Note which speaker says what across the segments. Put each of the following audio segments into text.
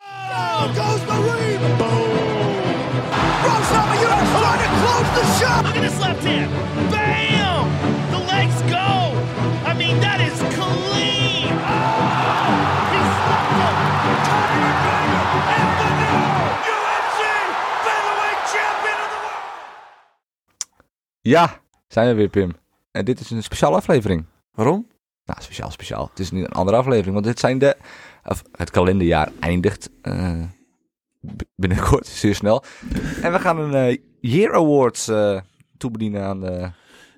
Speaker 1: Down Oh, goes Marine. Boom. Rosama, you are trying to close the shot.
Speaker 2: Look at this left hand. Bam! The legs go. I mean, that is clean. Oh, he slapped him.
Speaker 1: And the new UFC featherweight champion of the world.
Speaker 3: Ja, zijn we weer, Pim. En dit is een speciale aflevering.
Speaker 4: Waarom?
Speaker 3: Nou, speciaal, speciaal. Het is niet een andere aflevering, want dit zijn de... Of, het kalenderjaar eindigt eh, b- binnenkort, zeer snel. En we gaan een eh, Year Awards eh, toebedienen aan de...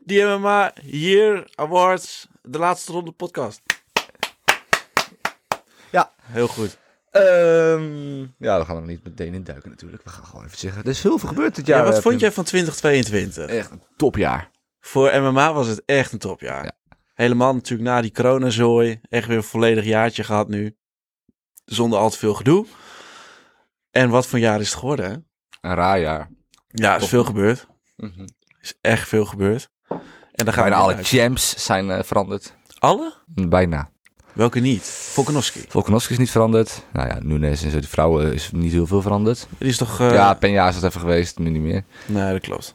Speaker 4: Die MMA Year Awards, de laatste ronde podcast.
Speaker 3: Ja.
Speaker 4: Heel goed. ehm,
Speaker 3: ja, we gaan er niet meteen in duiken natuurlijk. We gaan gewoon even zeggen, er is heel veel gebeurd dit
Speaker 4: Ja,
Speaker 3: jaar.
Speaker 4: wat
Speaker 3: eh,
Speaker 4: vond
Speaker 3: Pim.
Speaker 4: jij van 2022?
Speaker 3: Echt een topjaar.
Speaker 4: Voor MMA was het echt een topjaar.
Speaker 3: Ja.
Speaker 4: Helemaal natuurlijk na die coronazooi. Echt weer een volledig jaartje gehad nu. Zonder al te veel gedoe. En wat voor jaar is het geworden? Hè?
Speaker 3: Een raar jaar.
Speaker 4: Ja, er is veel gebeurd.
Speaker 3: Mhm.
Speaker 4: Er is echt veel gebeurd. En dan gaan
Speaker 3: Bijna
Speaker 4: we
Speaker 3: alle
Speaker 4: uit.
Speaker 3: champs zijn eh, veranderd.
Speaker 4: Alle?
Speaker 3: Bijna.
Speaker 4: Welke niet? Volkanovski.
Speaker 3: Volkanovski is niet veranderd. Nou ja, Nunes en zo, die vrouwen is niet heel veel veranderd.
Speaker 4: Die is toch... eh,
Speaker 3: ja, Peña is dat even geweest, nu niet meer.
Speaker 4: Nee, dat klopt.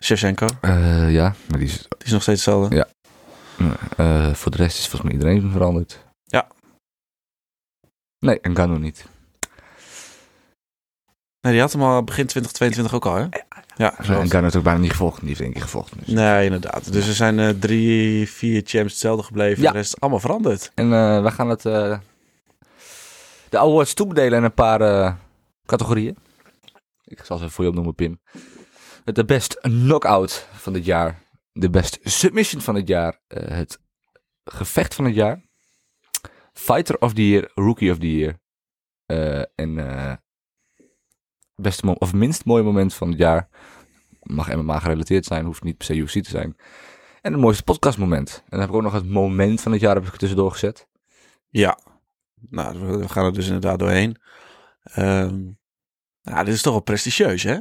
Speaker 4: Shevchenko.
Speaker 3: Eh, ja, maar die is,
Speaker 4: Die is nog steeds hetzelfde.
Speaker 3: eh, voor de rest is volgens mij iedereen veranderd.
Speaker 4: Ja.
Speaker 3: Nee, Ngannou niet.
Speaker 4: Nee, die had hem al begin 2022 ook al, hè? Ja,
Speaker 3: Zo,
Speaker 4: klopt.
Speaker 3: Ngannou heeft ook bijna niet gevolgd. Die heeft één keer gevolgd. dus.
Speaker 4: Nee, inderdaad. Dus er zijn eh, drie, vier champs hetzelfde gebleven.
Speaker 3: Ja.
Speaker 4: De rest is allemaal veranderd.
Speaker 3: En eh, we gaan het, eh, de awards toebedelen in een paar eh, categorieën. Ik zal ze voor je opnoemen, Pim. Het de best knockout van dit jaar. De best submission van het jaar. eh, het gevecht van het jaar. Fighter of the year, rookie of the year. Eh, en eh beste mo- of minst mooie moment van het jaar. Mag MMA gerelateerd zijn, hoeft niet per se UFC te zijn. En het mooiste podcastmoment. En dan heb ik ook nog het moment van het jaar heb ik er tussendoor gezet.
Speaker 4: Ja. Nou, we we gaan er dus inderdaad doorheen. Ehm nou, dit is toch wel prestigieus, hè?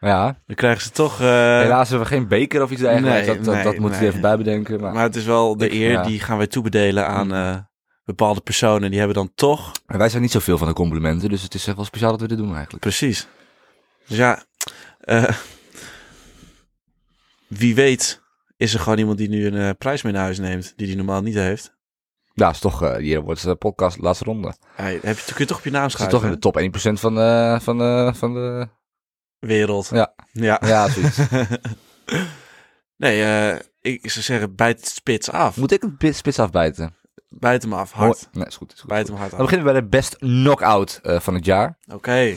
Speaker 3: Ja,
Speaker 4: Dan krijgen ze toch... eh,
Speaker 3: helaas hebben we geen beker of iets dergelijks.
Speaker 4: nee,
Speaker 3: dat dat, dat
Speaker 4: nee,
Speaker 3: moet je
Speaker 4: nee.
Speaker 3: even bijbedenken. Maar,
Speaker 4: Maar het is wel de
Speaker 3: Ik-
Speaker 4: eer,
Speaker 3: ja. Mm.
Speaker 4: die gaan wij toebedelen aan eh, bepaalde personen. Die hebben dan toch...
Speaker 3: Maar wij zijn niet zoveel van de complimenten, dus het is echt wel speciaal dat we dit doen eigenlijk.
Speaker 4: Precies. Dus ja, eh, wie weet is er gewoon iemand die nu een eh, prijs mee naar huis neemt, die die normaal niet heeft.
Speaker 3: Ja, is toch, eh, hier wordt de podcast laatste ronde.
Speaker 4: Hey, heb je, kun je toch op je naam
Speaker 3: Het is
Speaker 4: schrijven?
Speaker 3: toch in de top 1% van, de- van, de- van de...
Speaker 4: hè? Wereld.
Speaker 3: Ja.
Speaker 4: ja.
Speaker 3: Ja, zoiets.
Speaker 4: nee, eh, ik zou zeggen, bijt het spits af.
Speaker 3: Moet ik een bit spits afbijten?
Speaker 4: Bijt hem af, hard.
Speaker 3: Hoor- Nee, is goed. Is goed.
Speaker 4: Bijt hem hard af.
Speaker 3: Dan beginnen we bij de best knockout eh, van het jaar.
Speaker 4: Oké.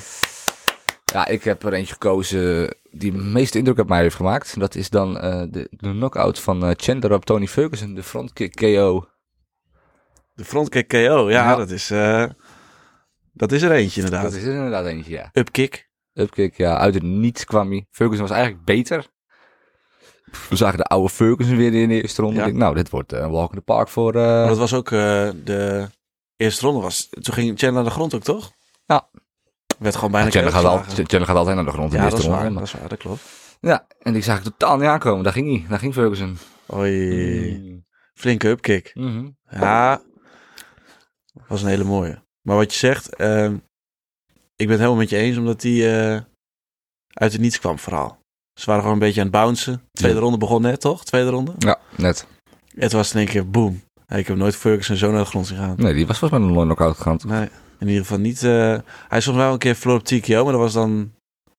Speaker 3: Ja, ik heb er eentje gekozen die de meeste indruk op mij heeft gemaakt. Dat is dan eh, de, de knockout van eh, Chandler op Tony Ferguson, de frontkick KO.
Speaker 4: De frontkick KO, ja,
Speaker 3: Ja.
Speaker 4: dat is... eh, dat is er eentje
Speaker 3: Dat
Speaker 4: inderdaad.
Speaker 3: is er inderdaad eentje, ja.
Speaker 4: Upkick.
Speaker 3: Upkick, ja, uit het niets kwam hij. Ferguson was eigenlijk beter. We zagen de oude Ferguson weer in de eerste ronde.
Speaker 4: Ja.
Speaker 3: Ik denk, nou, dit wordt eh, een walk in the park voor... eh,
Speaker 4: Maar dat was ook eh, de eerste ronde. Was. Toen ging Chandler naar de grond ook, toch?
Speaker 3: Ja.
Speaker 4: Werd gewoon
Speaker 3: ja,
Speaker 4: bijna
Speaker 3: Chandler, gaat
Speaker 4: kapot
Speaker 3: al,
Speaker 4: geslagen.
Speaker 3: Chandler gaat altijd naar de grond in de
Speaker 4: Ja, dat
Speaker 3: eerste
Speaker 4: is
Speaker 3: ronde.
Speaker 4: waar. Dat
Speaker 3: maar-
Speaker 4: is waar, dat klopt.
Speaker 3: Ja, en ik zag het totaal niet aankomen. Daar ging hij. Daar ging Ferguson. Mm.
Speaker 4: Oei, flinke upkick.
Speaker 3: Mhm.
Speaker 4: Ja, was een hele mooie. Maar wat je zegt, ehm, ik ben het helemaal met je eens, omdat die eh, uit het niets kwam vooral. Ze waren gewoon een beetje aan het bouncen. Tweede
Speaker 3: Ja.
Speaker 4: ronde begon net, toch? Tweede ronde.
Speaker 3: Ja, net.
Speaker 4: Het was in één keer boom. Ja, Ik heb nooit Ferguson zo naar de grond zien gaan.
Speaker 3: Nee, die was volgens mij nog nooit knock-out gegaan.
Speaker 4: Nee, in ieder geval niet. eh, hij is soms wel een keer verloren op TKO, maar dat was dan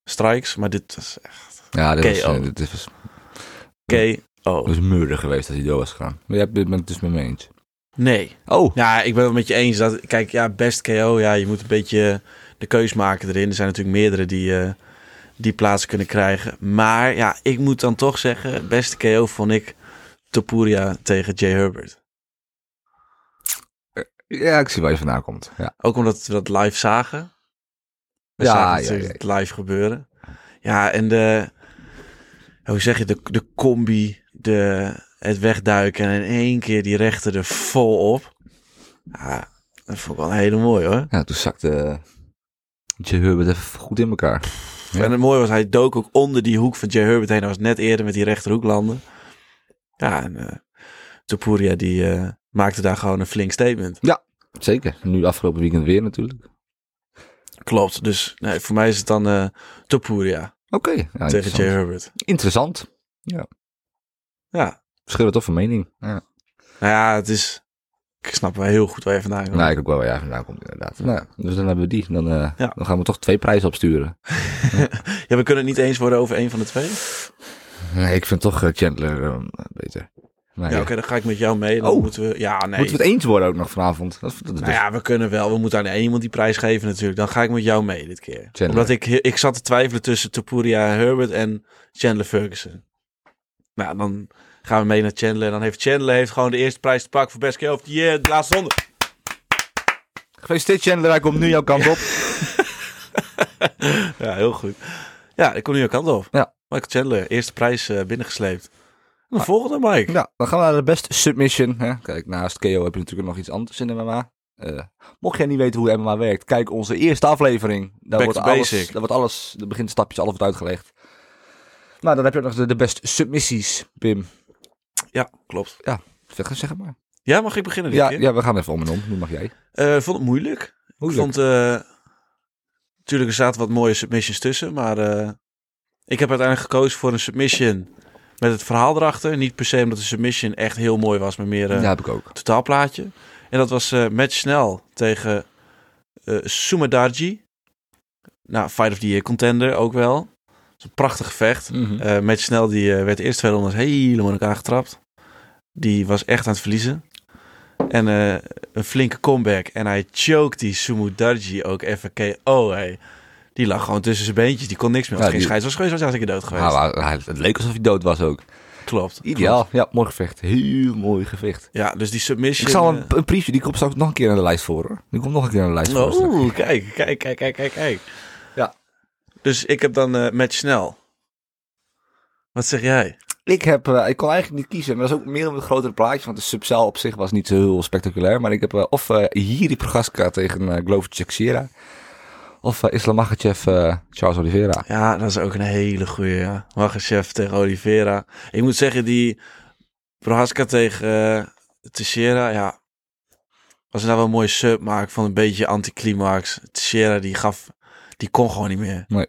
Speaker 4: strikes. Maar dit was echt
Speaker 3: Ja, dit was,
Speaker 4: KO.
Speaker 3: eh, dit, dit was,
Speaker 4: KO.
Speaker 3: was murder geweest als hij door was gegaan. Maar jij bent het dus met me eens.
Speaker 4: Nee.
Speaker 3: Oh,
Speaker 4: Ja, ik ben het met je eens. Dat, kijk, ja, best KO. Ja, je moet een beetje de keus maken erin. Er zijn natuurlijk meerdere die, eh, die plaats kunnen krijgen. Maar ja, ik moet dan toch zeggen, beste KO vond ik Topuria tegen Jay Herbert.
Speaker 3: ja, ik zie waar je vandaan komt. Ja.
Speaker 4: Ook omdat we dat live zagen. We
Speaker 3: Ja,
Speaker 4: zagen
Speaker 3: ja,
Speaker 4: natuurlijk
Speaker 3: ja,
Speaker 4: het live gebeuren. Ja, en de, hoe zeg je, de, de combi, de, het wegduiken en in één keer die rechter er vol op. Ja, dat vond ik wel een hele mooie hoor.
Speaker 3: ja, toen zakte Jay Herbert even goed in elkaar. Ja.
Speaker 4: En het mooie was, hij dook ook onder die hoek van Jay Herbert heen. Hij was net eerder met die rechterhoek landen. Ja, en eh Topuria die eh, maakte daar gewoon een flink statement.
Speaker 3: Zeker. Nu afgelopen weekend weer natuurlijk.
Speaker 4: Klopt. Dus nee, voor mij is het dan eh Topuria
Speaker 3: Oké, ja,
Speaker 4: tegen
Speaker 3: interessant.
Speaker 4: Jay Herbert.
Speaker 3: interessant.
Speaker 4: Ja.
Speaker 3: Verschillend toch van mening. Ja.
Speaker 4: Nou ja, het is... Ik snap wel heel goed waar je vandaan komt.
Speaker 3: Nou, ik ook wel waar jij vandaan komt inderdaad. Nou, dus dan hebben we die. Dan, eh,
Speaker 4: Ja.
Speaker 3: dan gaan we toch twee prijzen opsturen.
Speaker 4: Ja, we kunnen het niet eens worden over één van de twee.
Speaker 3: Nee, ik vind toch eh, Chandler eh, beter. Maar
Speaker 4: Ja,
Speaker 3: ja.
Speaker 4: oké, dan ga ik met jou mee. Dan
Speaker 3: Oh.
Speaker 4: moeten we... Ja, nee.
Speaker 3: Moeten we het eens worden ook nog vanavond? Dat, dat, dat-
Speaker 4: Nou ja, we kunnen wel. We moeten aan één iemand die prijs geven natuurlijk. Dan ga ik met jou mee dit keer.
Speaker 3: Chandler.
Speaker 4: Omdat ik, ik zat te twijfelen tussen Topuria Herbert en Chandler Ferguson. Nou, dan gaan we mee naar Chandler. En dan heeft Chandler heeft gewoon de eerste prijs te pakken voor Best Care of the Year. De laatste ronde.
Speaker 3: dus- Gefeliciteerd Chandler, hij komt nu jouw kant op.
Speaker 4: Ja, heel goed. Ja, ik kom nu jouw kant op.
Speaker 3: Ja.
Speaker 4: Michael Chandler, eerste prijs eh, binnengesleept. En de volgende, Mike.
Speaker 3: Nou, dan gaan we naar de best submission. Hè? Kijk, naast KO heb je natuurlijk nog iets anders in MMA. Eh, mocht jij niet weten hoe MMA werkt, kijk onze eerste aflevering. Daar
Speaker 4: Back
Speaker 3: wordt
Speaker 4: to
Speaker 3: alles,
Speaker 4: basic.
Speaker 3: Daar wordt alles, de beginstapjes, alles wordt uitgelegd. Nou, dan heb je ook nog de, de best submissies, Pim.
Speaker 4: Ja, klopt.
Speaker 3: Zeg, zeg het maar.
Speaker 4: Ja, mag ik beginnen dit
Speaker 3: Ja,
Speaker 4: keer?
Speaker 3: ja, we gaan even om en om. Nu mag jij.
Speaker 4: Eh, ik vond het moeilijk.
Speaker 3: Hoe
Speaker 4: Ik vond, eh natuurlijk, er zaten wat mooie submissions tussen, maar eh, ik heb uiteindelijk gekozen voor een submission met het verhaal erachter. Niet per se omdat de submission echt heel mooi was, maar meer eh
Speaker 3: Ja, heb ik ook.
Speaker 4: totaalplaatje. En dat was eh Match Snel tegen eh Sumedarji. Nou, Fight of the Year contender ook wel. Het is een prachtig gevecht. Eh Match Snel die, eh, werd de eerste twee rondes helemaal in elkaar getrapt. Die was echt aan het verliezen. En eh, een flinke comeback. En hij choke die Sumudarji ook even KO. Hey. Die lag gewoon tussen zijn beentjes. Die kon niks meer. Als
Speaker 3: Ja,
Speaker 4: er geen
Speaker 3: die-
Speaker 4: scheids was geweest, was hij hartstikke dood geweest.
Speaker 3: Ah, maar hij- het leek alsof hij dood was ook.
Speaker 4: Klopt.
Speaker 3: Ideaal.
Speaker 4: klopt.
Speaker 3: Ja, mooi gevecht. Heel mooi gevecht.
Speaker 4: Ja, dus die
Speaker 3: Ik
Speaker 4: submission...
Speaker 3: zal
Speaker 4: eh, Oh,
Speaker 3: een, een briefje, die komt straks nog een keer aan de lijst voor. Hoor. Die komt nog een keer aan de lijst voor. straks.
Speaker 4: Oeh, kijk, kijk, kijk, kijk, kijk, kijk.
Speaker 3: Ja.
Speaker 4: Dus ik heb dan eh match snel. Wat zeg jij?
Speaker 3: Ik, heb, eh, ik kon eigenlijk niet kiezen. Maar dat is ook meer om het grotere plaatje. Want de subcel op zich was niet zo heel spectaculair. Maar ik heb eh, of eh Jiri Progaska tegen eh Glover Teixeira. Of eh, Islam Makhachev, eh, Charles Oliveira.
Speaker 4: Ja, dat is ook een hele goeie. Ja. Magachev tegen Oliveira. Ik moet zeggen, die Prohaska tegen eh, Teixeira, ja. Was nou wel een mooie sub, maar ik vond een beetje anticlimax. Teixeira, die gaf, die kon gewoon niet meer.
Speaker 3: Nee.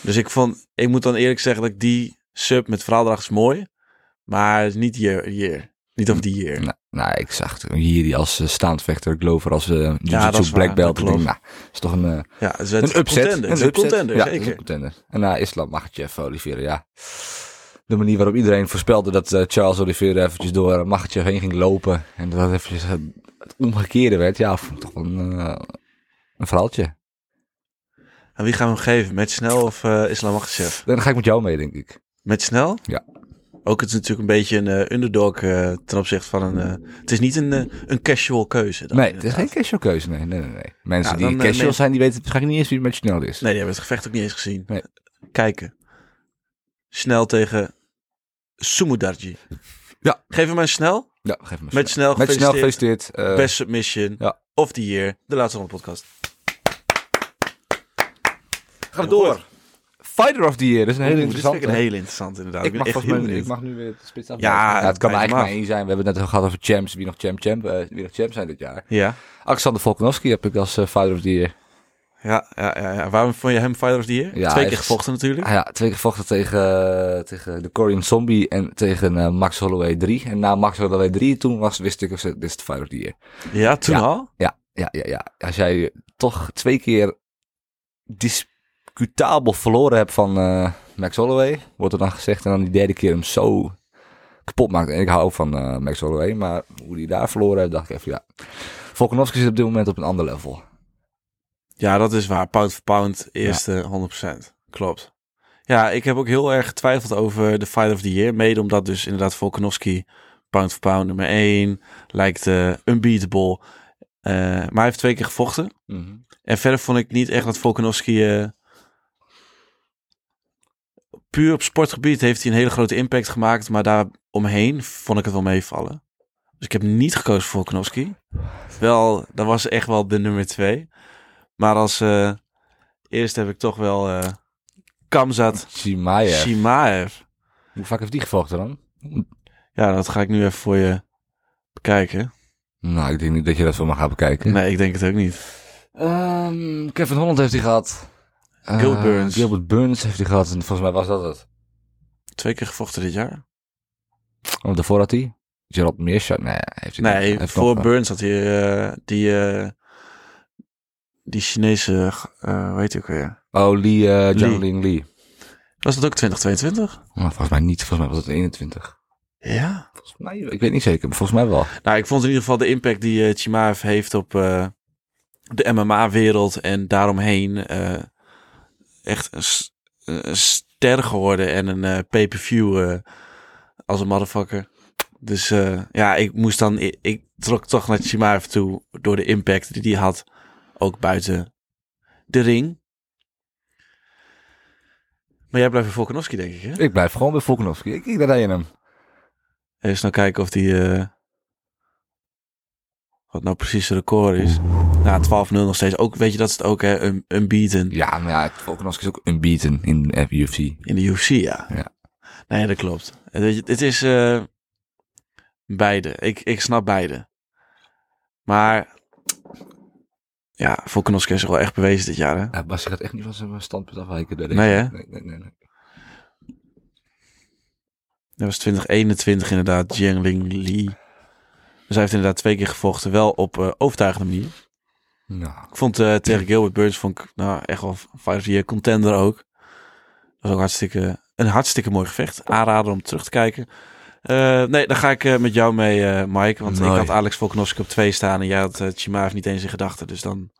Speaker 4: Dus ik vond, ik moet dan eerlijk zeggen dat ik die sub met verhaal erachter is mooi. Maar niet year, year. Niet of die year.
Speaker 3: Nou, nou, ik zag het. Jiri als eh, staand vechter. Glover als eh
Speaker 4: Ja, dat is
Speaker 3: jiu-jitsu black
Speaker 4: waar,
Speaker 3: belt.
Speaker 4: dat
Speaker 3: Ik denk,
Speaker 4: klopt.
Speaker 3: Nou, is toch een, eh,
Speaker 4: Ja, het werd
Speaker 3: een upset.
Speaker 4: contender. Het
Speaker 3: een
Speaker 4: werd
Speaker 3: upset.
Speaker 4: contender,
Speaker 3: ja,
Speaker 4: zeker.
Speaker 3: Een contender. En na Islam Makhachev, Oliveira, ja. De manier waarop iedereen voorspelde dat eh, Charles Oliveira eventjes door eh, Makhachev heen ging lopen. En dat dat eventjes eh, het omgekeerde werd. Ja, vond ik toch wel een, eh, een verhaaltje.
Speaker 4: Aan wie gaan we hem geven? Met snel of eh Islam Makhachev?
Speaker 3: Dan ga ik met jou mee, denk ik.
Speaker 4: Met snel?
Speaker 3: Ja.
Speaker 4: Ook het is natuurlijk een beetje een eh, underdog eh, ten opzichte van een... eh, het is niet een, eh, een casual keuze. dan,
Speaker 3: nee, het is
Speaker 4: inderdaad.
Speaker 3: geen casual keuze. Nee, nee, nee. nee. Mensen
Speaker 4: Ja,
Speaker 3: die
Speaker 4: dan, eh,
Speaker 3: casual
Speaker 4: nee.
Speaker 3: zijn, die weten waarschijnlijk niet eens wie Matchinel is.
Speaker 4: Nee, die hebben het gevecht ook niet eens gezien.
Speaker 3: Nee.
Speaker 4: Kijken. Snel tegen Sumudarji.
Speaker 3: Ja.
Speaker 4: Geef hem maar een snel.
Speaker 3: Ja, geef me
Speaker 4: Met snel
Speaker 3: Met snel
Speaker 4: gefeliciteerd.
Speaker 3: gefeliciteerd. eh,
Speaker 4: Best submission
Speaker 3: ja.
Speaker 4: of the year. De laatste ronde podcast.
Speaker 3: Gaan we door. Fighter of the Year, dat is een hele
Speaker 4: Oeh, dit vind
Speaker 3: interessante.
Speaker 4: ik een hele interessante inderdaad.
Speaker 3: Ik
Speaker 4: ben
Speaker 3: mag,
Speaker 4: echt
Speaker 3: volgens
Speaker 4: heel
Speaker 3: mij, ik
Speaker 4: benieuwd.
Speaker 3: mag nu weer de spits af.
Speaker 4: Ja,
Speaker 3: het kan
Speaker 4: bijt hem
Speaker 3: eigenlijk
Speaker 4: af.
Speaker 3: maar één zijn. We hebben het net gehad over champs. Wie nog champ, champ, eh, wie nog champ zijn dit jaar.
Speaker 4: Ja.
Speaker 3: Alexander Volkanovski heb ik als eh, Fighter of the Year.
Speaker 4: Ja, ja, ja, ja. Waarom vond je hem Fighter of the Year?
Speaker 3: Ja,
Speaker 4: Twee
Speaker 3: hij
Speaker 4: keer
Speaker 3: is-
Speaker 4: gevochten natuurlijk.
Speaker 3: Ah ja, twee keer vochten tegen, eh, tegen de Korean Zombie en tegen eh, Max Holloway 3. En na Max Holloway 3 toen was, wist ik, of ze- dit is de Fighter of the Year.
Speaker 4: Ja, toen al?
Speaker 3: Ja, ja, ja, ja. Als jij toch twee keer discutabel verloren hebt van eh, Max Holloway, wordt er dan gezegd, en dan die derde keer hem zo kapot maakt. En ik hou van eh, Max Holloway, maar hoe die daar verloren heeft, dacht ik even, ja. Volkanovski zit op dit moment op een ander level.
Speaker 4: Ja, dat is waar. Pound for pound, eerste 100%. Klopt. Ja, ik heb ook heel erg getwijfeld over de Fight of the Year. Mede omdat dus inderdaad Volkanovski pound for pound nummer 1 lijkt eh, unbeatable. Eh, maar hij heeft twee keer gevochten.
Speaker 3: Mhm.
Speaker 4: En verder vond ik niet echt dat Volkanovski... eh, puur op sportgebied heeft hij een hele grote impact gemaakt. Maar daar omheen vond ik het wel meevallen. Dus ik heb niet gekozen voor Volkanovski. Wel, dat was echt wel de nummer twee. Maar als eh eerste heb ik toch wel eh Kamzat
Speaker 3: Chimaev.
Speaker 4: Shimaev.
Speaker 3: Hoe vaak heeft die gevochten dan?
Speaker 4: Ja, dat ga ik nu even voor je bekijken.
Speaker 3: Nou, ik denk niet dat je dat voor me gaat bekijken.
Speaker 4: Nee, ik denk het ook niet.
Speaker 3: Ehm, Kevin Holland heeft hij gehad. Eh,
Speaker 4: Gilbert Burns.
Speaker 3: Gilbert Burns heeft hij gehad. En volgens mij was dat het.
Speaker 4: Twee keer gevochten dit jaar?
Speaker 3: Oh, daarvoor had hij. Gerald Meerschat. Nee, heeft hij niet.
Speaker 4: Nee,
Speaker 3: Heeft
Speaker 4: voor
Speaker 3: nog, eh,
Speaker 4: Burns had hij eh, die, eh, die Chinese, eh hoe heet hij ook weer?
Speaker 3: Oh, Lee, eh, Zhang
Speaker 4: Lee.
Speaker 3: Ling Lee.
Speaker 4: Was dat ook 2022?
Speaker 3: Nou, volgens mij niet. Volgens mij was het 21.
Speaker 4: Ja.
Speaker 3: Volgens mij, ik weet niet zeker, maar volgens mij wel.
Speaker 4: Nou, ik vond in ieder geval de impact die eh, Chimaev heeft op eh, de MMA-wereld en daaromheen eh, echt een, s- een ster geworden en een eh, pay-per-view eh, als een motherfucker. Dus eh, ja, ik moest dan, ik, ik trok toch naar Chimaev toe door de impact die hij had, ook buiten de ring. Maar jij blijft bij Volkanovski, denk ik, hè?
Speaker 3: Ik blijf gewoon bij Volkanovski. Ik kijk daar naar hem.
Speaker 4: Even snel kijken of die. eh, wat nou precies het record is. Nou, 12-0 nog steeds. Ook, weet je, dat is het ook, hè? Een, een beaten
Speaker 3: Ja, maar ja, Volkanovski is ook unbeaten in de UFC.
Speaker 4: in de UFC, ja.
Speaker 3: Ja.
Speaker 4: Nee, dat klopt. En Weet je, het is. eh, beide. Ik, ik snap beide. Maar. Ja, Volkanovski is wel echt bewezen dit jaar, hè?
Speaker 3: Ja, Bas gaat echt niet van zijn standpunt afwijken. daar denk
Speaker 4: Nee,
Speaker 3: ik.
Speaker 4: hè?
Speaker 3: Nee, nee, nee, nee.
Speaker 4: Dat was 2021 inderdaad, Jiangling Li. Dus hij heeft inderdaad twee keer gevochten. Wel op eh, overtuigende manier.
Speaker 3: Nou,
Speaker 4: Ik vond eh, tegen Gilbert Burns vond ik, nou, echt wel five year contender ook. Dat was ook hartstikke, een hartstikke mooi gevecht. Aanrader om terug te kijken. Eh, nee, dan ga ik eh, met jou mee, eh, Mike. Want ik
Speaker 3: Mooi.
Speaker 4: had Alex Volkanovski op 2 staan. En jij had eh Chimaev niet eens in gedachten. Dus dan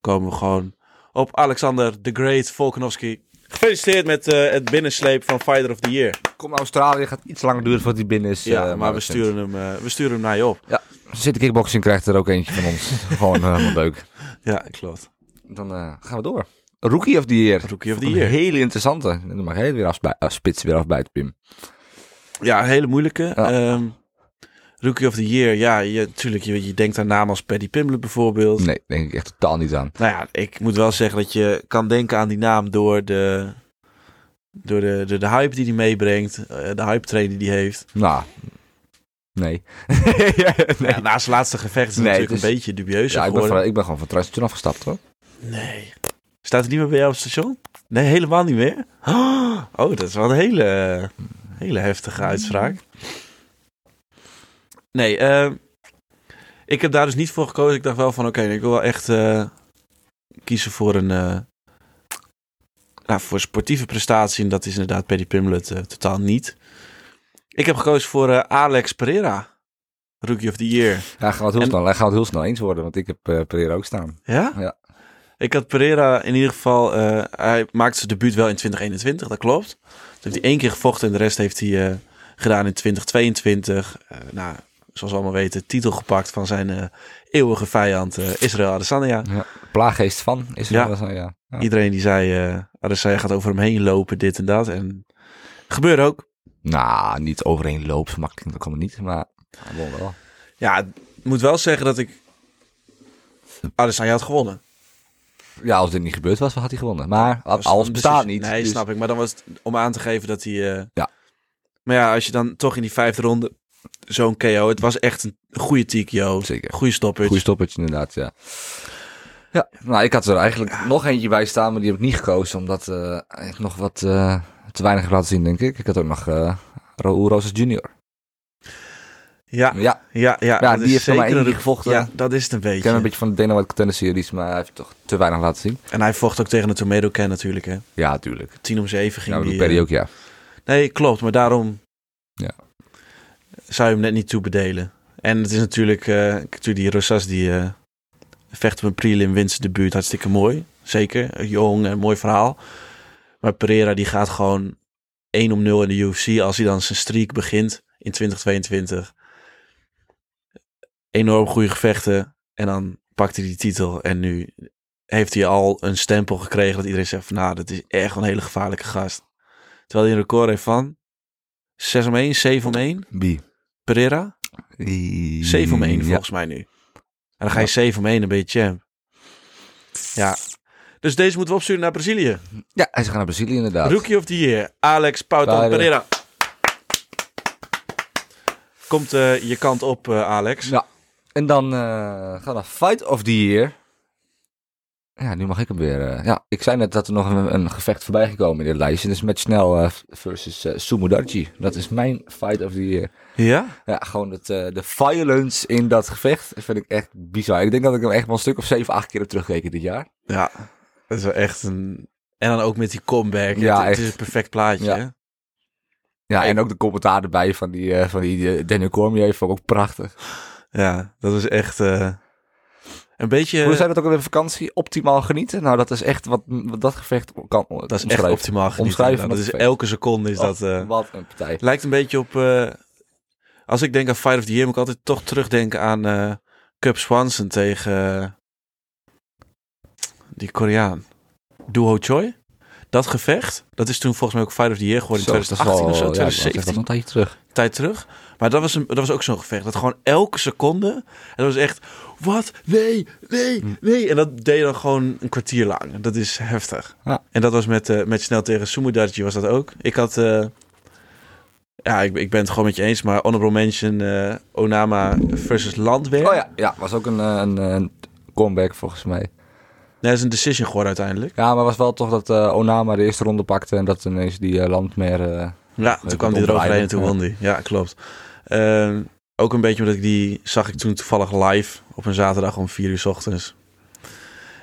Speaker 4: komen we gewoon op Alexander the Great Volkanovski. Gefeliciteerd met eh, het binnensleep van Fighter of the Year.
Speaker 3: kom naar Australië, gaat iets langer duren voordat hij binnen is.
Speaker 4: Ja,
Speaker 3: eh,
Speaker 4: maar we
Speaker 3: dat
Speaker 4: sturen, hem, eh, we sturen hem naar je op.
Speaker 3: vindt- Ja, zit de kickboxing krijgt er ook eentje van ons. gewoon eh, helemaal leuk.
Speaker 4: Ja, klopt.
Speaker 3: Dan eh, gaan we door. Rookie of the Year.
Speaker 4: Rookie of the
Speaker 3: Een
Speaker 4: year.
Speaker 3: hele interessante. En dan mag hij weer afspij- eh, spits weer afbijten, Pim.
Speaker 4: Ja, een hele moeilijke.
Speaker 3: Ja.
Speaker 4: Ehm, Rookie of the Year, ja, je, tuurlijk, je, je denkt aan namen als Paddy Pimble bijvoorbeeld.
Speaker 3: Nee, denk ik echt totaal niet aan.
Speaker 4: Nou ja, ik moet wel zeggen dat je kan denken aan die naam door de, door de, de, de hype die hij meebrengt, eh, de hype train die hij heeft.
Speaker 3: Nou, nee. nee.
Speaker 4: Ja, dus na zijn laatste gevecht is het
Speaker 3: Nee,
Speaker 4: natuurlijk
Speaker 3: het
Speaker 4: een
Speaker 3: is-
Speaker 4: beetje dubieus
Speaker 3: Ja, ik ben,
Speaker 4: geworden.
Speaker 3: van, ik ben gewoon van het station afgestapt hoor.
Speaker 4: Nee. Staat hij niet meer bij jou op het station? Nee, helemaal niet meer. Oh, dat is wel een hele, hele heftige uitspraak. Nee, eh, ik heb daar dus niet voor gekozen. Ik dacht wel van, oké, ik wil wel echt eh, kiezen voor een eh, nou, voor sportieve prestatie. En dat is inderdaad Paddy Pimlet eh, totaal niet. Ik heb gekozen voor eh, Alex Pereira, Rookie of the Year.
Speaker 3: Hij gaat, heel
Speaker 4: En-
Speaker 3: snel, hij gaat heel snel eens worden, want ik heb eh Pereira ook staan.
Speaker 4: Ja?
Speaker 3: Ja.
Speaker 4: Ik had Pereira in ieder geval... eh, hij maakte zijn debuut wel in 2021, dat klopt. Toen heeft hij één keer gevochten en de rest heeft hij eh, gedaan in 2022. Eh, nou, zoals we allemaal weten, titel gepakt van zijn eh, eeuwige vijand eh, Israël Adesanya.
Speaker 3: Ja. Plaaggeest van is er
Speaker 4: Ja.
Speaker 3: wel zo, ja. ja.
Speaker 4: Iedereen die zei, eh Adesanya gaat over hem heen lopen, dit en dat. En gebeurde ook.
Speaker 3: Nou, niet overheen loopt, zo makkelijk dat kan het niet, maar hij won wel.
Speaker 4: Ja, ik moet wel zeggen dat ik... Adesanya had gewonnen.
Speaker 3: Ja, als dit niet gebeurd was, had hij gewonnen. Maar
Speaker 4: Was
Speaker 3: alles
Speaker 4: een
Speaker 3: bestaat
Speaker 4: beslissing.
Speaker 3: niet.
Speaker 4: Nee,
Speaker 3: dus-
Speaker 4: snap ik. Maar dan was het om aan te geven dat hij... eh,
Speaker 3: Ja.
Speaker 4: Maar ja, als je dan toch in die vijfde ronde zo'n KO... Het was echt een goede TKO.
Speaker 3: Zeker.
Speaker 4: Goede stoppage.
Speaker 3: Goeie stoppetje inderdaad, ja. Ja, nou, ik had er eigenlijk nog eentje bij staan, maar die heb ik niet gekozen, omdat eh, hij heeft nog wat eh, te weinig heeft laten zien, denk ik. Ik had ook nog eh Raul Rosas Jr.
Speaker 4: Ja,
Speaker 3: Ja,
Speaker 4: ja, ja.
Speaker 3: Ja,
Speaker 4: dat
Speaker 3: die
Speaker 4: is
Speaker 3: heeft er maar
Speaker 4: zeker
Speaker 3: één
Speaker 4: een-
Speaker 3: keer gevochten.
Speaker 4: Ja, dat is het een
Speaker 3: ik
Speaker 4: beetje.
Speaker 3: ken een beetje van de Dana White Contender Series, maar hij heeft toch te weinig laten zien.
Speaker 4: En hij vocht ook tegen een Tomato Can natuurlijk, hè.
Speaker 3: Ja, tuurlijk.
Speaker 4: 10 om 7 ging
Speaker 3: Nou, dat
Speaker 4: die...
Speaker 3: doet Perry
Speaker 4: eh,
Speaker 3: ook, ja.
Speaker 4: Nee, klopt. Maar daarom...
Speaker 3: Ja.
Speaker 4: Zou je hem net niet toebedelen. En het is natuurlijk... eh, natuurlijk die Rosas die... eh, vecht op een prelim, wint zijn debuut. Hartstikke mooi. Zeker. Jong en mooi verhaal. Maar Pereira die gaat gewoon 1 om 0 in de UFC. Als hij dan zijn streak begint in 2022. Enorm goede gevechten. En dan pakt hij die titel. En nu heeft hij al een stempel gekregen dat iedereen zegt van nou, dat is echt een hele gevaarlijke gast. Terwijl hij een record heeft van 6 om 1, 7 om 1.
Speaker 3: Wie?
Speaker 4: Pereira, 7 om 1 volgens mij nu. En dan ga je
Speaker 3: Ja.
Speaker 4: 7 om 1, dan ben je champ. Ja. Dus deze moeten we opsturen naar Brazilië.
Speaker 3: Ja, hij is gaan naar Brazilië inderdaad.
Speaker 4: Rookie of the Year, Alex Pautan
Speaker 3: Pautan.
Speaker 4: Pereira. Komt eh, je kant op, eh, Alex.
Speaker 3: Ja. En dan eh, gaan we naar Fight of the Year. Ja, nu mag ik hem weer. eh, ja, ik zei net dat er nog een, een gevecht voorbij gekomen in dit lijstje. Dus met snel versus eh Sumudarji. Dat is mijn fight of the year.
Speaker 4: Ja?
Speaker 3: Ja, gewoon het, eh, de violence in dat gevecht vind ik echt bizar. Ik denk dat ik hem echt wel een stuk of 7, 8 keer heb teruggekeken dit jaar.
Speaker 4: Ja. Dat is wel echt een... En dan ook met die comeback.
Speaker 3: Ja,
Speaker 4: het, het
Speaker 3: echt.
Speaker 4: is een perfect plaatje.
Speaker 3: Ja.
Speaker 4: hè?
Speaker 3: Ja,
Speaker 4: Ik-
Speaker 3: en ook de commentaar erbij van die, eh, van die eh, Daniel Cormier vond ik ook prachtig.
Speaker 4: Ja, dat is echt eh, een beetje.
Speaker 3: Hoe zei dat ook op de vakantie? Optimaal genieten? Nou, dat is echt wat, wat dat gevecht kan
Speaker 4: dat is echt optimaal genieten.
Speaker 3: Omschrijven van
Speaker 4: dat
Speaker 3: Oh. dat
Speaker 4: is
Speaker 3: gevecht.
Speaker 4: elke seconde is dat. eh,
Speaker 3: Wat een partij.
Speaker 4: lijkt een beetje op. eh, als ik denk aan Fight of the Year, moet ik altijd toch terugdenken aan eh Cup Swanson tegen eh, die Koreaan. Duo Choi. Dat gevecht, dat is toen volgens mij ook Fight of the Year geworden in 2018 of zo, 2017
Speaker 3: een tijdje terug.
Speaker 4: tijd terug. Maar dat was, een, dat was ook zo'n gevecht. Dat gewoon elke seconde. En dat was echt. Wat? Nee,
Speaker 3: Hm.
Speaker 4: nee, nee. En dat deed je dan gewoon een kwartier lang. Dat is heftig.
Speaker 3: Ja.
Speaker 4: En dat was met, eh, met snel tegen Sumudarji was dat ook. Ik had. eh, ja, ik, ik ben het gewoon met je eens. Maar honorable mention eh, Onama versus Landweer.
Speaker 3: Oh ja, ja, was ook een, eh, een, een comeback volgens mij.
Speaker 4: Nee, dat is een decision geworden uiteindelijk.
Speaker 3: Ja, maar was wel toch dat eh, Onama de eerste ronde pakte en dat ineens die eh, Landmeer... eh,
Speaker 4: Ja,
Speaker 3: Leuk
Speaker 4: toen kwam hij
Speaker 3: om te
Speaker 4: eroverheen en toen
Speaker 3: ontwijden,
Speaker 4: won die. Ja, klopt. Ehm, ook een beetje omdat ik die zag ik toen toevallig live op een zaterdag om 4 uur 's ochtends.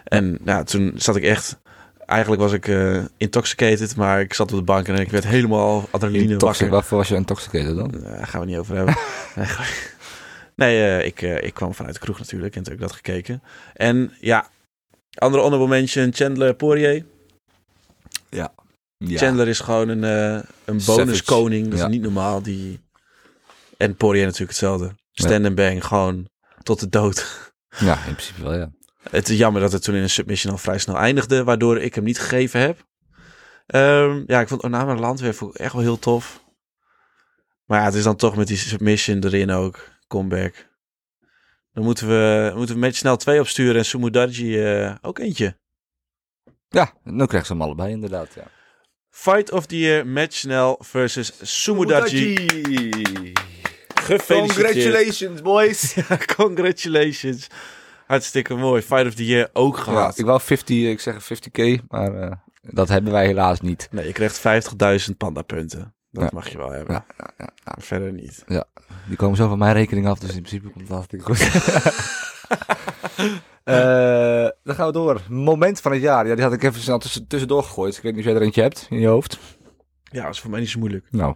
Speaker 4: En ja, toen zat ik echt. Eigenlijk was ik eh, intoxicated, maar ik zat op de bank en ik werd helemaal adrenaline
Speaker 3: intoxi-
Speaker 4: wakker.
Speaker 3: Waarvoor was je intoxicated dan?
Speaker 4: Eh, Daar gaan we het niet over hebben. Nee, grapje. nee, eh, ik, eh, ik kwam vanuit de kroeg natuurlijk en toen heb ik dat gekeken. En ja, andere honorable mention, Chandler Poirier.
Speaker 3: Ja.
Speaker 4: Chandler is gewoon een, eh, een
Speaker 3: Savage.
Speaker 4: bonuskoning. Dat
Speaker 3: Ja.
Speaker 4: is niet normaal. Die... En Poirier natuurlijk hetzelfde. Stand and bang, gewoon tot de dood.
Speaker 3: ja, in principe wel, ja.
Speaker 4: Het is jammer dat het toen in een submission al vrij snel eindigde, waardoor ik hem niet gegeven heb. Ehm, ja, ik vond Onama Landweer vond ik echt wel heel tof. Maar ja, het is dan toch met die submission erin ook, comeback. Dan moeten we, moeten we met snel twee opsturen en Sumudarji eh, ook eentje.
Speaker 3: Ja, dan krijg ze hem allebei inderdaad, ja.
Speaker 4: Fight of the Year, match snel versus Sumudarji. Gefeliciteerd.
Speaker 3: boys!
Speaker 4: Congratulations. Hartstikke mooi. Fight of the Year ook
Speaker 3: Ja,
Speaker 4: gehad.
Speaker 3: ik wou 50, ik zeg 50k, maar eh, dat hebben wij helaas niet.
Speaker 4: Nee, je krijgt 50.000 pandapunten. Dat
Speaker 3: Ja.
Speaker 4: mag je wel hebben.
Speaker 3: Ja, ja, ja, ja.
Speaker 4: Verder niet.
Speaker 3: Die komen zo van mijn rekening af, dus in principe komt het hartstikke goed. Eh, dan gaan we door. Moment van het jaar. Ja, die had ik even snel tussen, tussendoor gegooid. Ik weet niet of jij er eentje hebt in je hoofd.
Speaker 4: Ja, dat is voor mij niet zo moeilijk.
Speaker 3: Nou,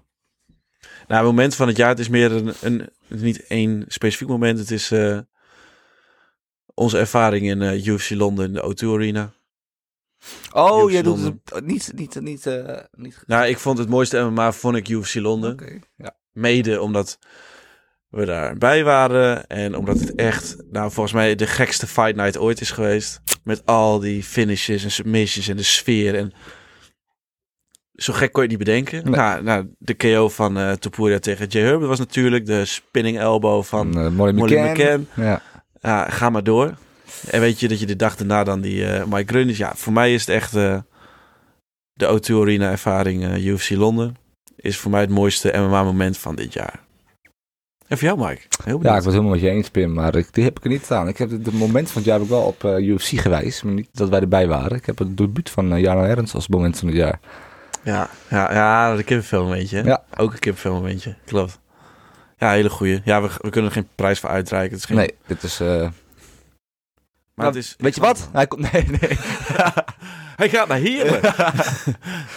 Speaker 4: Nou, het moment van het jaar, het is meer een, een het is niet één specifiek moment. Het is eh, onze ervaring in eh UFC Londen, de O2 Arena.
Speaker 3: Oh,
Speaker 4: UFC
Speaker 3: jij doet
Speaker 4: Londen.
Speaker 3: het niet, niet, niet, eh, niet.
Speaker 4: Nou, ik vond het mooiste MMA, vond ik UFC Londen.
Speaker 3: Oké, ja.
Speaker 4: Mede omdat we daarbij waren en omdat het echt, nou volgens mij de gekste fight night ooit is geweest. Met al die finishes en submissions en de sfeer en zo gek kon je het niet bedenken.
Speaker 3: Nee.
Speaker 4: Nou, nou, de KO van eh Topuria tegen Jay Herbert was natuurlijk de spinning elbow van
Speaker 3: Een, eh, mooie
Speaker 4: Molly
Speaker 3: McCann.
Speaker 4: McCann.
Speaker 3: Ja.
Speaker 4: Ja, ga maar door. En weet je dat je de dag daarna dan die eh, Mike Grun is. Ja, voor mij is het echt eh, de O2 Arena ervaring eh, UFC Londen. Is voor mij het mooiste MMA moment van dit jaar. En voor jou Mike? Heel
Speaker 3: ja,
Speaker 4: benieuwd.
Speaker 3: ik was het helemaal met je eens, Pim, maar ik, die heb ik er niet staan. Ik heb het, het moment van het jaar ook wel op eh, UFC gewijs, maar niet dat wij erbij waren. Ik heb het debuut van eh, Jarno Herrens als moment van het jaar.
Speaker 4: ja, ja, ja, de kippenfilmmomentje. hè?
Speaker 3: Ja.
Speaker 4: Ook een kippenfilmmomentje, klopt. Ja, hele goeie. Ja, we, we kunnen er geen prijs voor uitreiken. Het is geen,
Speaker 3: Nee, dit is... eh,
Speaker 4: maar het is,
Speaker 3: weet je wat? Hij komt... Nee, nee.
Speaker 4: Hij gaat naar hier.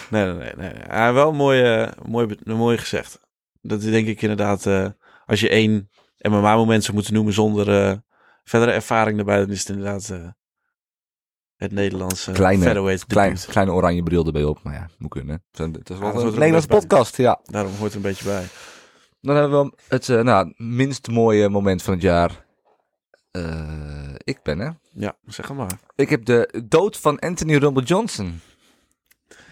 Speaker 4: nee, nee, nee. nee. Ja, wel mooi, eh, mooi, be- mooi gezegd. Dat is denk ik inderdaad... eh, als je één MMA-moment zou moeten noemen zonder eh, verdere ervaring erbij... dan is het inderdaad eh, het Nederlandse
Speaker 3: Kleine-
Speaker 4: featherweight
Speaker 3: Klein,
Speaker 4: debuut.
Speaker 3: kleine oranje bril erbij op, maar ja, moet kunnen. Het is- Het is wel
Speaker 4: Ja, dat hoort er
Speaker 3: een
Speaker 4: ook
Speaker 3: Nederlandse
Speaker 4: best bij.
Speaker 3: podcast, ja.
Speaker 4: Daarom hoort het een beetje bij.
Speaker 3: Dan hebben we het eh, nou, minst mooie moment van het jaar. Eh, ik ben, hè?
Speaker 4: Ja, zeg het maar.
Speaker 3: Ik heb de dood van Anthony Rumble Johnson.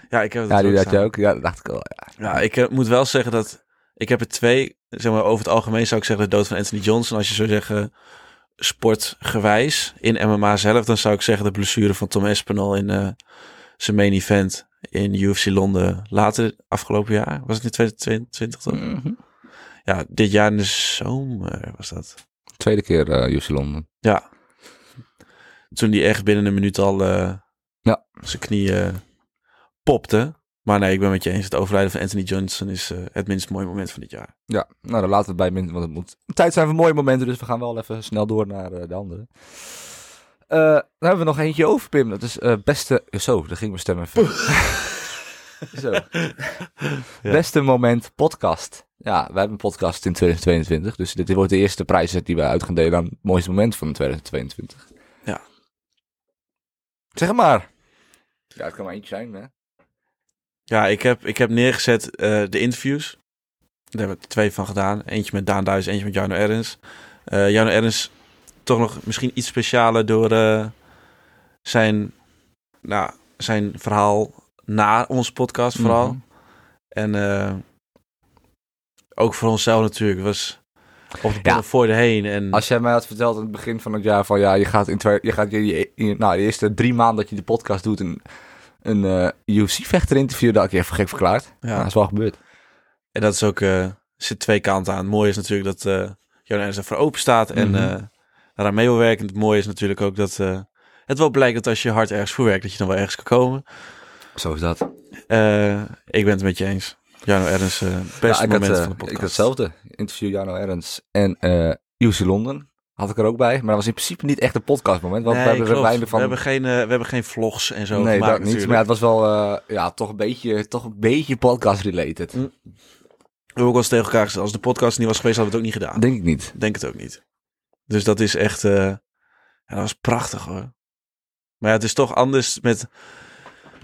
Speaker 4: Ja, ik heb het
Speaker 3: Ja, die
Speaker 4: ook
Speaker 3: had
Speaker 4: staan.
Speaker 3: je ook. Ja, dat dacht ik al. Ja.
Speaker 4: Ja, ik eh, moet wel zeggen dat ik heb er twee. Zeg maar, over het algemeen zou ik zeggen de dood van Anthony Johnson. Als je zou zeggen sportgewijs in MMA zelf, dan zou ik zeggen de blessure van Tom Espinal in eh, zijn main event in UFC Londen later afgelopen jaar. Was het in 2022 toch?
Speaker 3: Mhm.
Speaker 4: Ja, dit jaar in de zomer was dat.
Speaker 3: Tweede keer eh UFC Londen.
Speaker 4: Ja. Toen die echt binnen een minuut al eh,
Speaker 3: Ja.
Speaker 4: zijn knieën popte. Maar nee, ik ben met je eens. Het overlijden van Anthony Johnson is eh, het minst mooie moment van dit jaar.
Speaker 3: Ja, nou dan laten we het bij min, want het moet tijd zijn voor mooie momenten, dus we gaan wel even snel door naar eh, de andere. Eh, dan hebben we nog eentje over, Pim. Dat is eh, beste... Zo, daar ging mijn stem even. Zo. Beste moment podcast. Ja, wij hebben een podcast in 2022, dus dit wordt de eerste prijs die wij uit gaan delen aan het mooiste moment van 2022.
Speaker 4: Ja.
Speaker 3: Zeg maar. Ja, het kan maar eentje zijn, hè.
Speaker 4: Ja, ik heb, ik heb neergezet eh, de interviews. Daar hebben we er twee van gedaan. Eentje met Daan Duis, eentje met Jarno Erns. Eh Jarno Erns toch nog misschien iets specialer door eh, zijn, nou, zijn verhaal na onze podcast vooral.
Speaker 3: Mhm.
Speaker 4: En eh, ook voor onszelf natuurlijk. Het was op de
Speaker 3: Ja.
Speaker 4: ja. voor de heen. En
Speaker 3: Als jij mij had verteld aan het begin van het jaar van ja, je gaat in twee, je gaat je, je- je- nou, de eerste drie maanden dat je de podcast doet een, een eh, UFC-vechter interview, dat had ik je even gek verklaard.
Speaker 4: ja.
Speaker 3: Ja. dat is wel gebeurd.
Speaker 4: En dat is ook, eh zit twee kanten aan. Het mooie is natuurlijk dat eh Johan Ernst ervoor open staat en
Speaker 3: Mhm.
Speaker 4: eh daaraan mee wil werken. Het mooie is natuurlijk ook dat eh, het wel blijkt dat als je hard ergens voor werkt, dat je dan wel ergens kan komen.
Speaker 3: Zo is dat.
Speaker 4: Eh, ik ben het met je eens. Jano Ernst, eh beste
Speaker 3: ik, had,
Speaker 4: moment
Speaker 3: eh,
Speaker 4: van de
Speaker 3: ik
Speaker 4: podcast.
Speaker 3: had hetzelfde. Interview Jano Erns en eh UFC Londen had ik er ook bij. Maar dat was in principe niet echt een podcastmoment, want
Speaker 4: Nee,
Speaker 3: we hebben er
Speaker 4: klopt.
Speaker 3: weinig van...
Speaker 4: we, hebben geen, eh, we hebben geen vlogs en zo
Speaker 3: nee,
Speaker 4: gemaakt
Speaker 3: dat niet.
Speaker 4: natuurlijk.
Speaker 3: Maar ja, het was wel eh, ja, toch, een beetje, toch een beetje podcast-related.
Speaker 4: Mm. We hebben ook wel eens tegen elkaar gezegd, als de podcast er niet was geweest, hadden we het ook niet gedaan.
Speaker 3: Denk ik niet.
Speaker 4: Denk het ook niet. Dus dat is echt. eh, ja, dat was prachtig hoor. Maar ja, het is toch anders met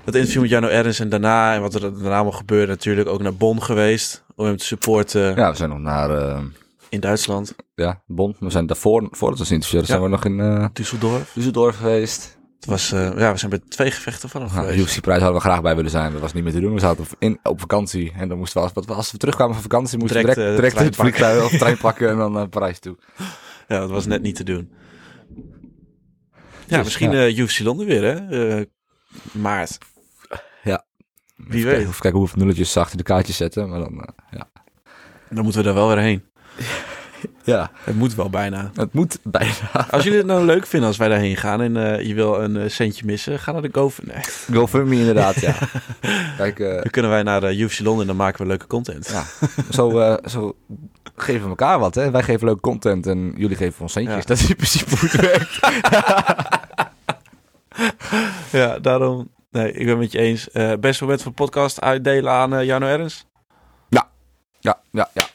Speaker 4: dat interview met Jano Ernst en daarna. En wat er daarna allemaal gebeurde. Natuurlijk ook naar Bonn geweest. Om hem te supporten
Speaker 3: Ja, we zijn nog naar eh,
Speaker 4: in Duitsland.
Speaker 3: ja, Bond. We zijn daarvoor, voordat we interview,
Speaker 4: Ja.
Speaker 3: zijn we nog in eh
Speaker 4: Düsseldorf.
Speaker 3: Düsseldorf geweest.
Speaker 4: Het was, eh, ja, we zijn bij twee gevechten van hem
Speaker 3: Ja, de
Speaker 4: geweest.
Speaker 3: UFC-prijs hadden we graag bij willen zijn. Dat was niet meer te doen. We zaten op- in, op vakantie. En dan moesten we, als, als we terugkwamen van vakantie, moesten
Speaker 4: Direct,
Speaker 3: we direct,
Speaker 4: eh, de
Speaker 3: direct het
Speaker 4: trein pakken.
Speaker 3: vliegtuig of trein pakken en dan naar Parijs toe.
Speaker 4: Ja, dat was net niet te doen. Ja,
Speaker 3: Dus,
Speaker 4: misschien eh UFC Londen weer hè. Eh, maart.
Speaker 3: Ja.
Speaker 4: Wie
Speaker 3: Kijk,
Speaker 4: weet.
Speaker 3: Even kijken hoeveel nulletjes ze achter de kaartjes zetten. Maar dan, eh, ja.
Speaker 4: Dan moeten we daar wel weer heen.
Speaker 3: ja,
Speaker 4: Het moet wel bijna.
Speaker 3: het moet bijna.
Speaker 4: Als jullie het nou leuk vinden als wij daarheen gaan en eh, je wil een eh, centje missen, ga naar de GoFund. Nee,
Speaker 3: GoFundMe inderdaad, ja. Kijk, eh,
Speaker 4: dan kunnen wij naar de UFC Londen en dan maken we leuke content.
Speaker 3: ja. Zo, eh, zo geven we elkaar wat. Hè. Wij geven leuk content en jullie geven ons centjes.
Speaker 4: Ja.
Speaker 3: Dat is in principe hoe het werkt.
Speaker 4: Ja, daarom. Nee, ik ben het met je eens. Eh best moment van podcast uitdelen aan eh Jano Erns.
Speaker 3: Ja, ja, ja.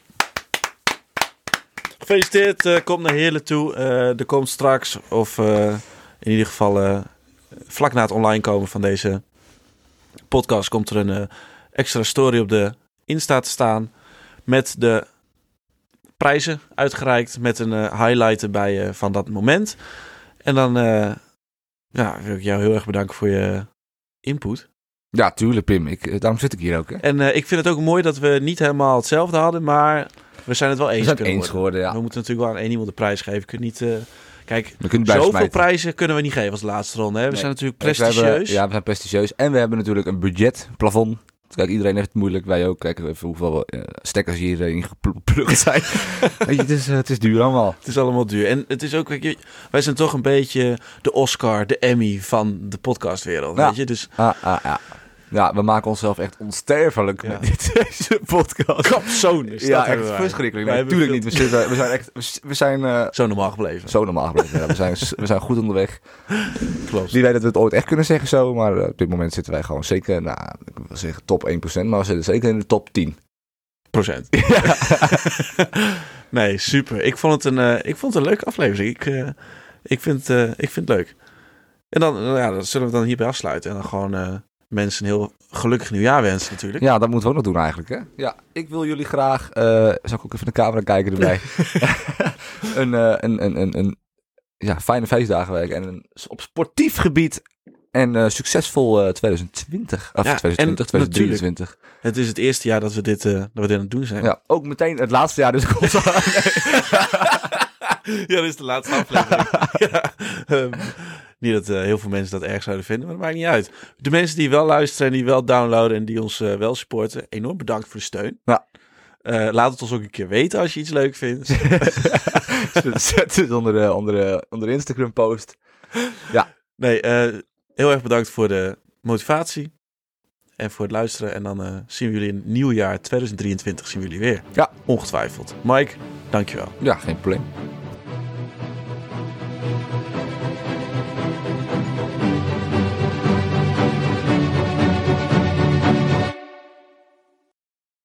Speaker 4: Gefeliciteerd, eh, kom naar Heerlen toe. Eh, er komt straks, of eh, in ieder geval eh, vlak na het online komen van deze podcast, komt er een eh, extra story op de Insta te staan. Met de prijzen uitgereikt, met een eh, highlight erbij eh, van dat moment. En dan eh, ja, wil ik jou heel erg bedanken voor je input.
Speaker 3: Ja, tuurlijk Pim. Ik, eh, daarom zit ik hier ook. Hè.
Speaker 4: En eh, ik vind het ook mooi dat we niet helemaal hetzelfde hadden, maar we zijn het wel
Speaker 3: We
Speaker 4: eens
Speaker 3: zijn het
Speaker 4: kunnen worden.
Speaker 3: eens geworden, ja.
Speaker 4: We moeten natuurlijk wel aan één iemand de prijs geven. We kunnen niet... eh, kijk,
Speaker 3: We kunnen het blijven
Speaker 4: zoveel
Speaker 3: smijten.
Speaker 4: prijzen kunnen we niet geven als laatste ronde. Hè? We
Speaker 3: Nee.
Speaker 4: zijn natuurlijk
Speaker 3: Kijk, we hebben-
Speaker 4: prestigieus.
Speaker 3: ja, we zijn prestigieus. En we hebben natuurlijk een budgetplafond. Dus Kijk, iedereen heeft het moeilijk. Wij ook. Kijk even hoeveel eh, stekkers hierin geplukt zijn. Weet je, het, is, eh, het is duur allemaal.
Speaker 4: Het is allemaal duur. En het is ook... kijk, je- Wij zijn toch een beetje de Oscar, de Emmy van de podcastwereld.
Speaker 3: Ja.
Speaker 4: Weet je? Dus
Speaker 3: Ah, ah, ah. Ja, we maken onszelf echt onsterfelijk
Speaker 4: Ja.
Speaker 3: met dit, deze podcast.
Speaker 4: kapzoon is
Speaker 3: ja,
Speaker 4: dat
Speaker 3: echt
Speaker 4: hebben wij.
Speaker 3: verschrikkelijk.
Speaker 4: Wij
Speaker 3: Nee,
Speaker 4: hebben
Speaker 3: natuurlijk niet. We,
Speaker 4: veel-
Speaker 3: zitten, we zijn echt... we s- We zijn... eh,
Speaker 4: Zo normaal gebleven.
Speaker 3: zo normaal gebleven. Ja, we, zijn, we zijn goed onderweg.
Speaker 4: Klopt.
Speaker 3: Wie weet dat we het ooit echt kunnen zeggen zo. Maar eh, op dit moment zitten wij gewoon zeker... Nou, ik wil zeggen top 1%. Maar we zitten zeker in de top 10.
Speaker 4: procent. nee, super. Ik vond het een, eh, ik vond het een leuke aflevering. Ik, eh, ik, vind, eh, ik vind het leuk. En dan, nou ja, dat zullen we dan hierbij afsluiten. En dan gewoon eh, mensen een heel gelukkig nieuwjaar wensen natuurlijk.
Speaker 3: Ja, dat moeten we ook nog doen eigenlijk, hè? Ja, ik wil jullie graag... eh zal ik ook even naar de camera kijken erbij? een, eh, een, een, een, een ja, fijne feestdagen werken. En een, op sportief gebied en eh, succesvol eh, 2020. Of
Speaker 4: Ja,
Speaker 3: 2020,
Speaker 4: en natuurlijk.
Speaker 3: 2023.
Speaker 4: Het is het eerste jaar dat we dit, eh, dat we dit aan het doen zijn.
Speaker 3: Ja, ook meteen het laatste jaar dus komt aan.
Speaker 4: Ja, dit is de laatste aflevering. ja. ehm, niet dat eh, heel veel mensen dat erg zouden vinden, maar dat maakt niet uit. De mensen die wel luisteren en die wel downloaden en die ons eh, wel supporten, enorm bedankt voor de steun.
Speaker 3: Ja.
Speaker 4: Eh, laat het ons ook een keer weten als je iets leuk vindt.
Speaker 3: Zet het onder de, onder de, onder de Instagram post. Ja.
Speaker 4: Nee, eh, heel erg bedankt voor de motivatie. En voor het luisteren. En dan eh, zien we jullie in het nieuwjaar 2023 zien we jullie weer.
Speaker 3: Ja.
Speaker 4: Ongetwijfeld. Mike, dankjewel.
Speaker 3: Ja, geen probleem.